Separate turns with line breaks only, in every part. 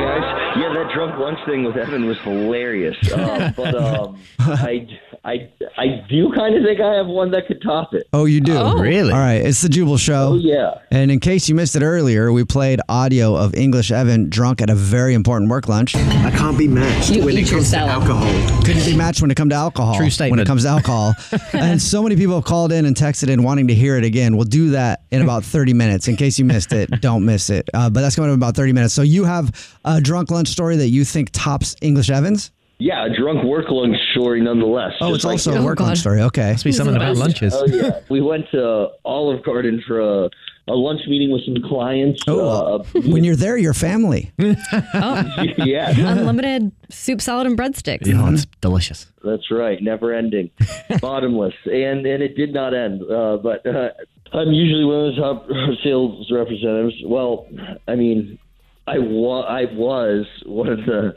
Yeah, that drunk lunch thing with Evan was hilarious. Uh, but um, I, I, I do kind of think I have one that could top it.
Oh, you do?
Oh. Really?
All right. It's the Jubal Show.
Oh yeah.
And in case you missed it earlier, we played audio of English Evan drunk at a very important work lunch.
I can't be matched
You
when
eat
it comes
yourself.
to alcohol.
Couldn't be matched when it comes to alcohol.
True
When it
statement.
comes to alcohol. and so many people have called in and texted in wanting to hear it again. We'll do that in about 30 minutes. In case you missed it, don't miss it. Uh, but that's going to be about 30 minutes. So you have a drunk lunch story that you think tops English Evans?
Yeah, a drunk work lunch story nonetheless.
Oh,
Just
it's
like-
also a
Oh,
work
God.
lunch story. Okay.
Must be something about lunches.
Oh yeah, we went to Olive Garden for a, a lunch meeting with some clients.
Oh,
uh,
when you're there, your family.
yeah,
Unlimited soup, salad, and breadsticks.
Oh, it's delicious.
that's right, never ending, bottomless, and and it did not end. Uh, but uh, I'm usually one of the top sales representatives. Well, I mean, I wa- I was one of the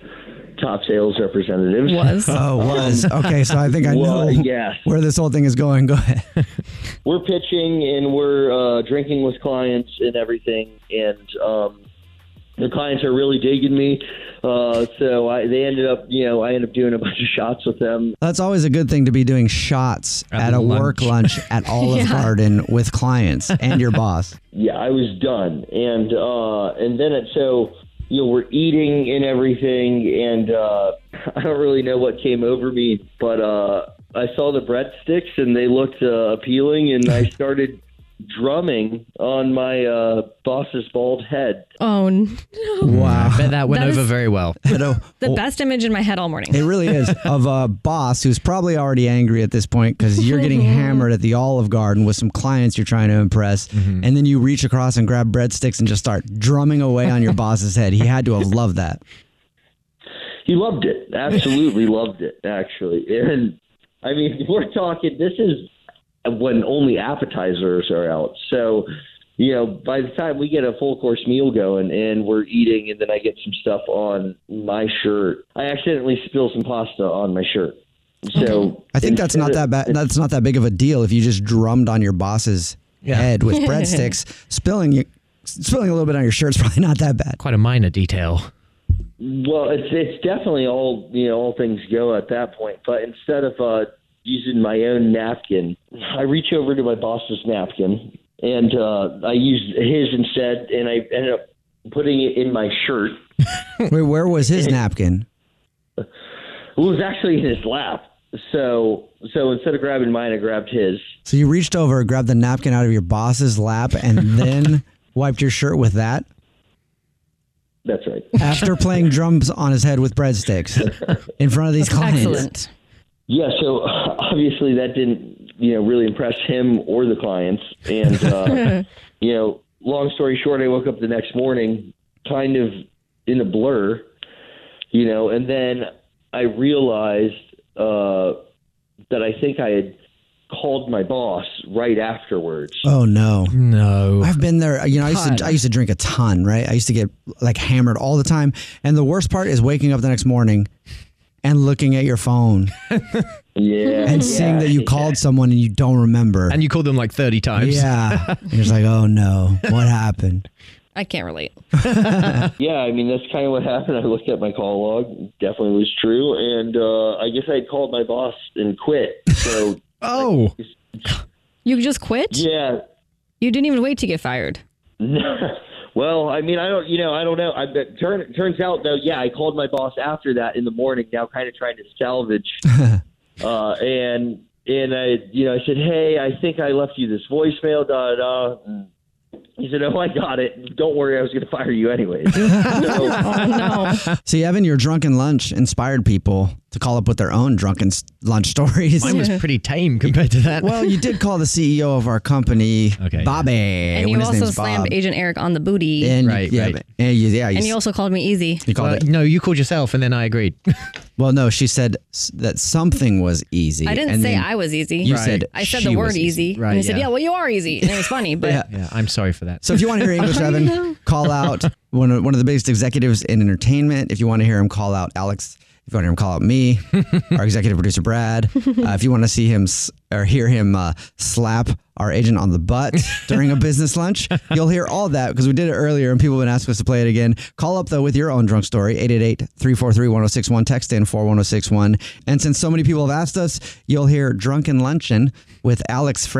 top sales representatives.
Was.
Oh, was. Okay. So I think I know
Well, yes.
where this whole thing is going. Go ahead.
we're pitching and we're uh, drinking with clients and everything, and um, the clients are really digging me. Uh, so I, they ended up, you know, I ended up doing a bunch of shots with them.
That's always a good thing to be doing shots at,
At
a
lunch.
work lunch at Olive
Yeah.
Garden with clients and your boss.
Yeah, I was done, and uh, and then it so you know we're eating and everything, and uh, I don't really know what came over me, but uh, I saw the breadsticks and they looked uh, appealing, and I started drumming on my uh, boss's bald head.
Oh, n-
I bet that went
That
over
is-
very well.
You know,
the best image in my head all morning.
oh, it really is of a boss who's probably already angry at this point because you're getting hammered at the Olive Garden with some clients you're trying to impress, and then you reach across and grab breadsticks and just start drumming away on your boss's head. He had to have loved that.
He loved it. Absolutely loved it, actually. And I mean, we're talking, this is when only appetizers are out. So, you know, by the time we get a full course meal going and we're eating, and then I get some stuff on my shirt, I accidentally spill some pasta on my shirt. So
I think that's not
instead
that
of-
bad. That's not that big of a deal if you just drummed on your boss's
Yeah.
head with breadsticks, spilling you, spilling a little bit on your shirt's probably not that bad.
Quite a minor detail.
Well, it's it's definitely all you know, all things go at that point. But instead of uh, using my own napkin, I reach over to my boss's napkin and uh, I use his instead, and I ended up putting it in my shirt.
Wait, where was his napkin?
It was actually in his lap. So so instead of grabbing mine, I grabbed his.
So you reached over, grabbed the napkin out of your boss's lap, and then wiped your shirt with that
That's right.
after playing drums on his head with breadsticks in front of these clients.
Excellent.
Yeah, so obviously that didn't, you know, really impress him or the clients. And, uh, you know, long story short, I woke up the next morning kind of in a blur, you know, and then I realized uh, that I think I had called my boss right afterwards.
Oh no.
No.
I've been there. You know, I used,
God.
to, I used to drink a ton, right? I used to get like hammered all the time. And the worst part is waking up the next morning and looking at your phone
Yeah.
and seeing that you called someone and you don't remember.
And you called them like 30 times.
yeah. You're just like, oh no, what happened?
I can't relate.
Yeah, I mean that's kind of what happened. I looked at my call log; definitely was true, and uh, I guess I had called my boss and quit. So
Oh.
You just quit?
yeah,
You didn't even wait to get fired.
well, I mean, I don't, you know, I don't know. I but turn turns out though, yeah, I called my boss after that in the morning. Now, kind of trying to salvage, uh, and and I, you know, I said, hey, I think I left you this voicemail. Da da. da. And He said, oh, I got it. Don't worry, I was going to fire you anyways. So,
Oh, no.
See, Evan, your drunken lunch inspired people to call up with their own drunken s- lunch stories.
Mine was pretty tame compared to that.
well, you did call the CEO of our company,
Okay, yeah.
Bobby.
And
when
you
his
also
name's
slammed
Bob.
Agent Eric on the booty.
And
Right,
yeah,
right.
but- And you, yeah, you,
and
s-
you also called me easy.
you called
Well,
it.
no, you called yourself, and then I agreed.
Well, no, she said s- that something was easy.
I didn't
and
say
then-
I was easy.
You Right. said
I said
she
the word
was easy.
easy.
Right,
and he said,
yeah.
yeah, well, you are easy. And it was funny, but
Yeah.
yeah, I'm sorry for that.
So if you want to hear English Evan call out one of, one of the biggest executives in entertainment, if you want to hear him call out Alex If you want to hear him call out me, our executive producer Brad, uh, if you want to see him s- or hear him uh, slap our agent on the butt during a business lunch, you'll hear all that because we did it earlier and people have been asking us to play it again. Call up though with your own drunk story 888-343-1061 text in 41061. And since so many people have asked us, you'll hear Drunken Luncheon with Alex Fred.